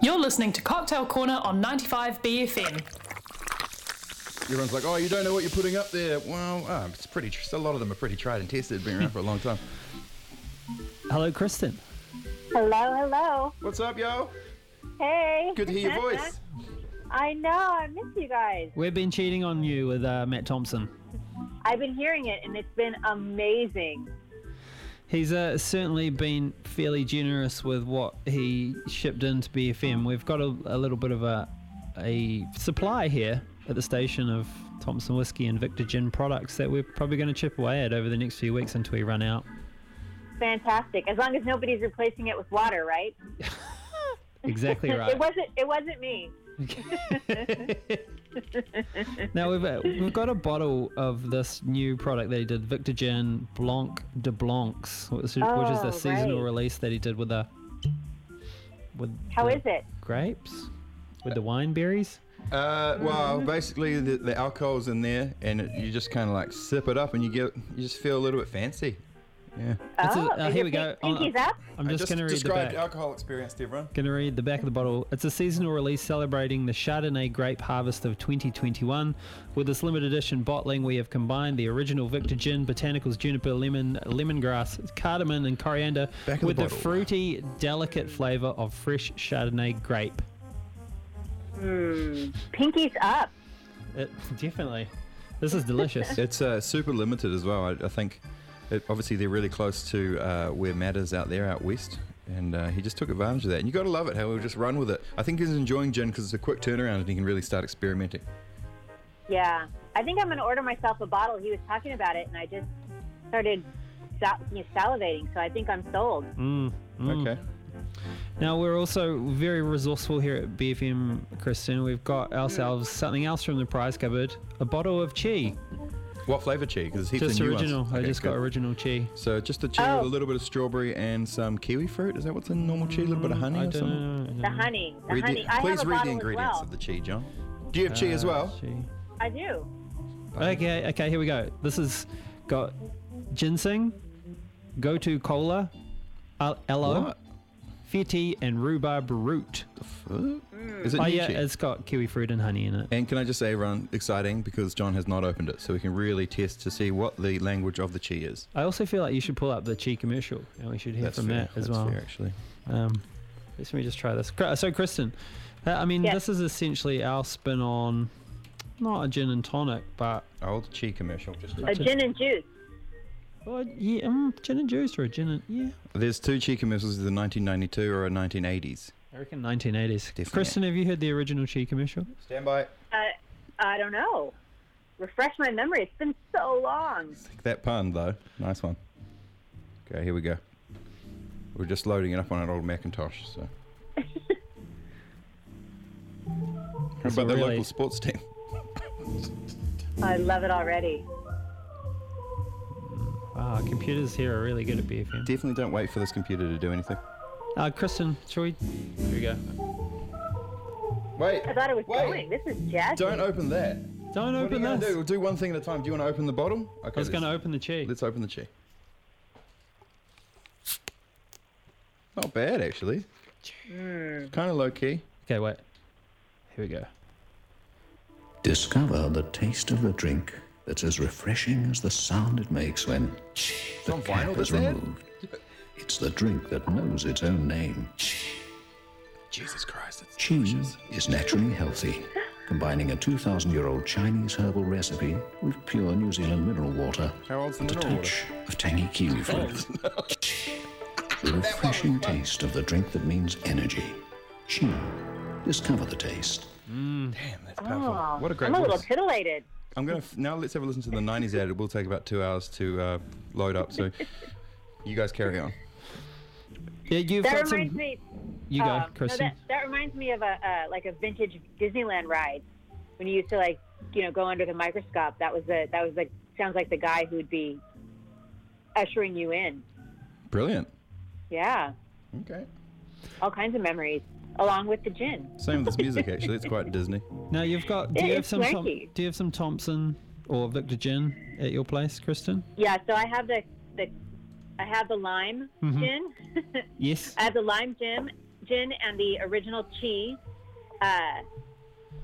You're listening to Cocktail Corner on 95BFM. Everyone's like, oh, you don't know what you're putting up there. Well, oh, it's pretty. tr- A lot of them are pretty tried and tested. Been around for a long time. Hello, Kristen. Hello, hello. What's up, yo? Hey. Good to hear your voice. I know. I miss you guys. We've been cheating on you with uh, Matt Thompson. I've been hearing it, and it's been amazing. He's uh, certainly been fairly generous with what he shipped into BFM. We've got a, a little bit of a, a supply here at the station of Thompson Whiskey and Victor Gin products that we're probably going to chip away at over the next few weeks until we run out. Fantastic. As long as nobody's replacing it with water, right? Exactly right. It wasn't. It wasn't me. now we've uh, we've got a bottle of this new product that he did, Victor Gin Blanc de Blancs, which, is- which is Oh, the seasonal right. release that he did with the with How the is it? grapes with the wine berries. Uh, well, basically the, the alcohol's in there, and it, you just kind of like sip it up, and you get you just feel a little bit fancy. Yeah. It's a- oh, uh, is here your we go. Oh, pink- Pinkies up. I'm just, gonna read the describe back. alcohol experience to everyone. Going to read the back of the bottle. It's a seasonal release celebrating the Chardonnay grape harvest of 2021. With this limited edition bottling, we have combined the original Victor gin, botanicals, juniper, lemon, lemongrass, cardamom, and coriander Back of the with the, bottle. fruity, delicate flavour of fresh Chardonnay grape. Pinkies up. It, definitely. This is delicious. It's uh, super limited as well. I, I think, it, obviously, they're really close to uh, where Matt is out there, out west, and uh, he just took advantage of that. And you got to love it how he'll just run with it. I think he's enjoying gin because it's a quick turnaround, and he can really start experimenting. Yeah. I think I'm gonna order myself a bottle. He was talking about it, and I just started sal- you know, salivating. So I think I'm sold. Mm. Okay. Now we're also very resourceful here at BFM, Kristen. We've got ourselves something else from the prize cupboard: a bottle of chi, What flavour chi? Because heaps just of new ones. original. I Okay, just got good. original chi. So just a chi with Oh. a little bit of strawberry and some kiwi fruit. Is that what's in normal chi? A little bit of honey Mm, I or don't something. know. The honey. The Mm-hmm. Read the- honey. I please have a read the bottle ingredients as well. of the chi, John. Do you have chi as well? I do. Uh, Okay, okay, here we go. This has got ginseng, go to cola, al- aloe, What? fiti, and rhubarb root. The fuck? Is it Oh, new yeah, chi? it's got kiwi fruit and honey in it. And can I just say, everyone, exciting because John has not opened it, so we can really test to see what the language of the chi is. I also feel like you should pull up the Chi commercial and we should hear from fair. that as That's well. fair, actually. Um, let me just try this. Cri- So, Kristen, uh, I mean, Yes. this is essentially our spin on not a gin and tonic, but Old chi commercial. Just A gin and juice. well, yeah, mm, gin and juice or a gin and yeah. There's two chi commercials: the 1992 or a 1980s. I reckon 1980s. Definitely. Kristen, have you heard the original Chi commercial? Stand by. Uh, I don't know. Refresh my memory. It's been so long. Take that pun though. Nice one. Okay, here we go. We're just loading it up on an old Macintosh. So. How It's about the really- local sports team? I love it already. Wow, computers here are really good at BFM. Definitely don't wait for this computer to do anything. Uh, Kristen, shall we? Here we go. Wait. I thought it was wait. going. This is jazz. Don't open that. Don't What are you open gonna this. do? We'll do one thing at a time. Do you want to open the bottle? Okay. I was let's- going to open the cheek. Let's open the chi. Not bad actually. Hmm. Kind of low key. Okay, wait. Here we go. Discover the taste of a drink that's as refreshing as the sound it makes when the on vinyl, cap this is ad? removed. It's the drink that knows its own name. Jesus Christ, it's Cheese is naturally healthy, combining a 2,000 year old Chinese herbal recipe with pure New Zealand mineral water How old's the and a mineral touch of tangy kiwi fruit. The refreshing taste of the drink that means energy. Cheese. Discover the taste. Damn, that's powerful. what a great Oh. I'm a little voice. titillated. I'm gonna f- now let's have a listen to the '90s ad. It will take about two hours to uh, load up, so you guys carry on. Yeah, you've That got reminds some. me. You go, um, no, Kristen. that, that reminds me of a uh, like a vintage Disneyland ride when you used to like you know go under the microscope. That was the that was like sounds like the guy who would be ushering you in. Brilliant. Yeah, Okay. all kinds of memories along with the gin. Same with this music actually. It's quite Disney. now you've got. Do It you have is some? Thom- swanky. do you have some Thompson or Victor Gin at your place, Kristen? Yeah, so I have Mm-hmm. the the I have the lime gin. Yes. I have the Uh, lime gin, gin and the original cheese, uh,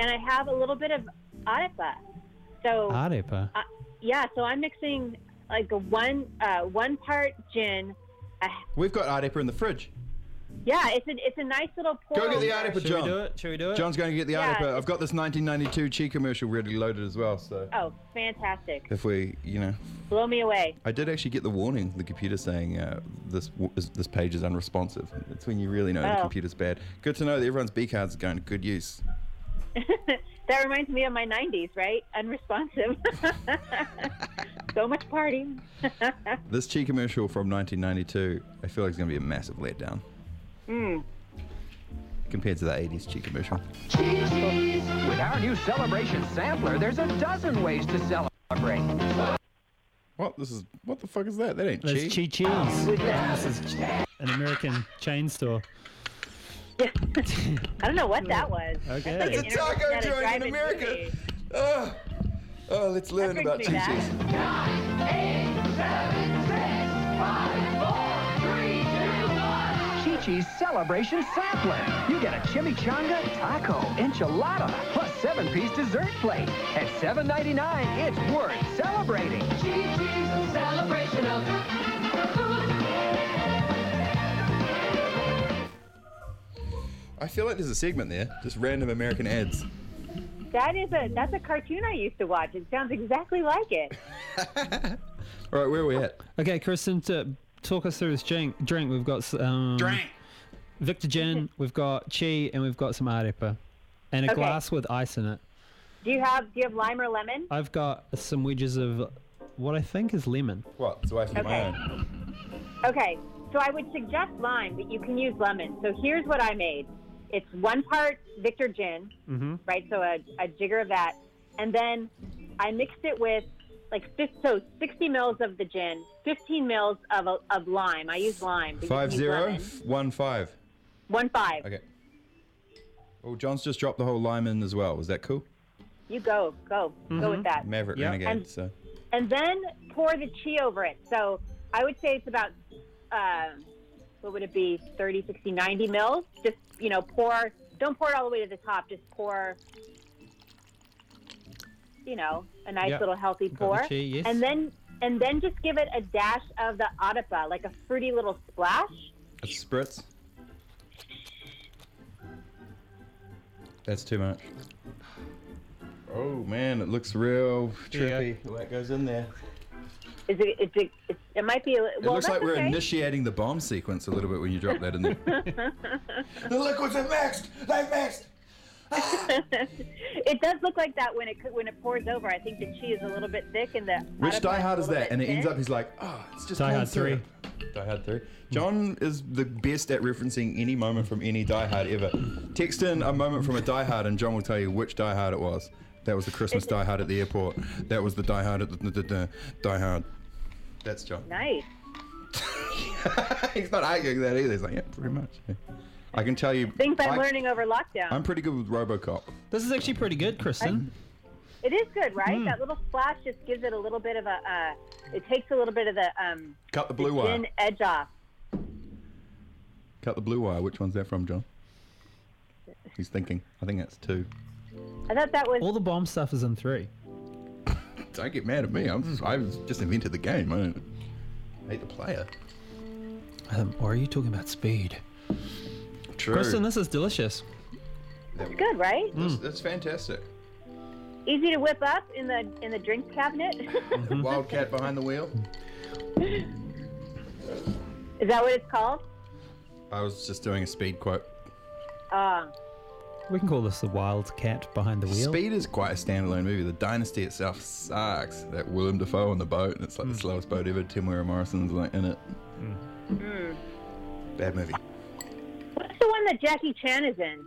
and I have a little bit of arepa. So Arepa. uh, yeah, so I'm mixing like a one uh, one part gin. Uh, We've got arepa in the fridge. yeah, it's a it's a nice little pour. Go get the arepa, Should we do John. it? Should we do it? John's going to get the Yeah. arepa. I've got this 1992 Chi commercial really loaded as well. So Oh, fantastic! if we, you know, Blow me away. I did actually get the warning, the computer saying uh, this w- is- this page is unresponsive. That's when you really know the Oh. computer's bad. Good to know that everyone's B cards are going to good use. That reminds me of my 90s, right? Unresponsive. so much partying. This Chi commercial from 1992, I feel like it's going to be a massive letdown. Compared to the 80s Chi commercial. With our new celebration sampler, there's a dozen ways to celebrate. What? This is what the fuck is that? That ain't Chi. That's Chi Chi's. This is ch- an American chain store. I don't know what that was. Okay. That's It's like a an taco internet joint in drive-in America. movie. Oh, oh, let's learn That about brings me Chi back. Chi's. Chi Chi's celebration sampler. You get a chimichanga, taco, enchilada, plus seven piece dessert plate. At $7.99, it's worth celebrating. Chi-Chi's celebration of food. I feel like there's a segment there, just random American ads. That is a that's a cartoon I used to watch. It sounds exactly like it. All right, where are we at? Okay, Kristen, to talk us through this drink. Drink. We've got um, drink. Victor Gin. We've got Chi, and we've got some arepa, and a Okay. glass with ice in it. Do you have do you have lime or lemon? I've got some wedges of what I think is lemon. What? It's away from my Okay. own. Okay, so I would suggest lime, but you can use lemon. So here's what I made. It's one part Victor gin, right? So a, a jigger of that, and then I mixed it with like fif- so 60 mils of the gin, 15 mils of a, of lime. I use lime. but you Five can use zero lemon. f- one five. One five. Okay. Well, John's just dropped the whole lime in as well. Was that cool? You go, go, go with that. Maverick Yep. Renegade. And- so and then pour the chi over it. So I would say it's about, um, what would it be, 30, 60, 90 mils. Just, you know, pour, don't pour it all the way to the top. Just pour, you know, a nice Yep. little healthy the pour. chi, yes. And then, and then just give it a dash of the arepa, like a fruity little splash. a spritz. That's too much. Oh man, it looks real trippy. What goes in there? Is it, it's it, it's, it might be, a, It well, looks that's like we're okay. initiating the bomb sequence a little bit when you drop that in there. the liquids have mixed. They've mixed. it does look like that when it, co- when it pours over. I think the chi is a little bit thick and the Which arepa Die Hard is a little that? bit And it ends thin. up, he's like, oh, it's just Die corn Hard syrup." Die Hard 3. John is the best at referencing any moment from any Die Hard ever. Text in a moment from a Die Hard, and John will tell you which Die Hard it was. That was the Christmas Die Hard at the airport. That was the Die Hard at the, the, the, the Die Hard. That's John. Nice. he's not arguing that either. He's like, yeah, pretty much. I can tell you. Things I'm I- learning over lockdown. I'm pretty good with RoboCop. This is actually pretty good, Kristen. It is good, right? Hmm. That little splash just gives it a little bit of a. Uh, it takes a little bit of the um, Cut the blue wire. thin edge off. Cut the blue wire. Which one's that from, John? He's thinking. I think that's two. I thought that was. All the bomb stuff is in three. Don't get mad at me. I'm just, I've just invented the game. I don't hate the player. Um, or are you talking about speed? True. Kristen, this is delicious. it's good, right? That's, that's fantastic. Easy to whip up in the in the drinks cabinet. Wildcat behind the wheel. is that what it's called? I was just doing a speed quote. Uh, We can call this the wild cat behind the wheel. Speed is quite a standalone movie. The Dynasty itself sucks. That Willem Dafoe on the boat, and it's Hmm. like the slowest boat ever. Tim Ware Morrison's like in it. Bad movie. what's the one that Jackie Chan is in?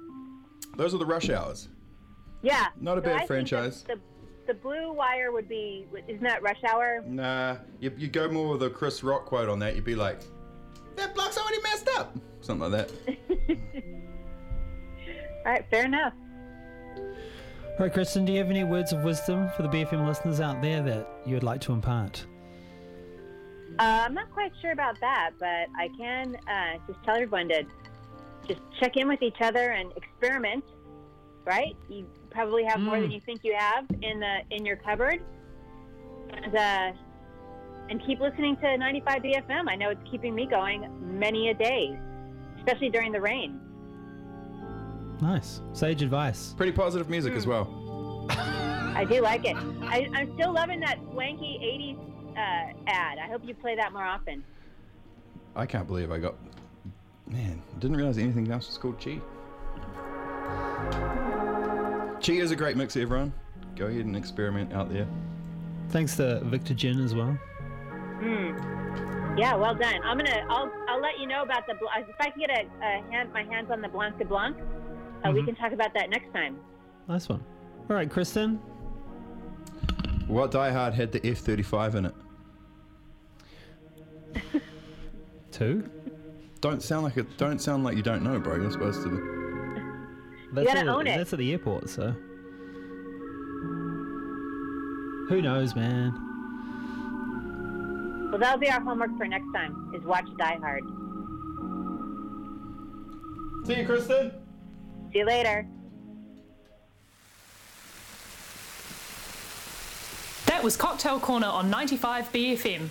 Those are the rush hours. Yeah. Not a so bad I think franchise. The, the blue wire would be. Isn't that Rush Hour? Nah, you, you go more with a Chris Rock quote on that. You'd be like, that block's already messed up. Something like that. All right, fair enough. All right, Kristen, do you have any words of wisdom for the BFM listeners out there that you would like to impart? Uh, I'm not quite sure about that, but I can uh, just tell everyone to just check in with each other and experiment. Right? You probably have more than you think you have in the in your cupboard. And uh, and keep listening to 95 BFM. I know it's keeping me going many a day, especially during the rain. Nice. Sage advice. Pretty positive music as well. I do like it. I, I'm still loving that swanky 80s uh, ad. I hope you play that more often. I can't believe I got. Man, didn't realize anything else was called Chi. Chi is a great mix, everyone. Go ahead and experiment out there. Thanks to Victor Jin as well. Yeah, well done. I'm gonna. I'll. I'll let you know about the. bl- If I can get a, a hand, my hands on the Blanc de Blanc, uh, we can talk about that next time. Nice one. All right, Kristen. What Die Hard had the F 35 in it? Two. Don't sound like it. Don't sound like you don't know, bro. You're supposed to. That's gotta at- own it. That's at the airport, so. Who knows, man? Well, that'll be our homework for next time. Is watch Die Hard. See you, Kristen. See you later. That was Cocktail Corner on 95 BFM.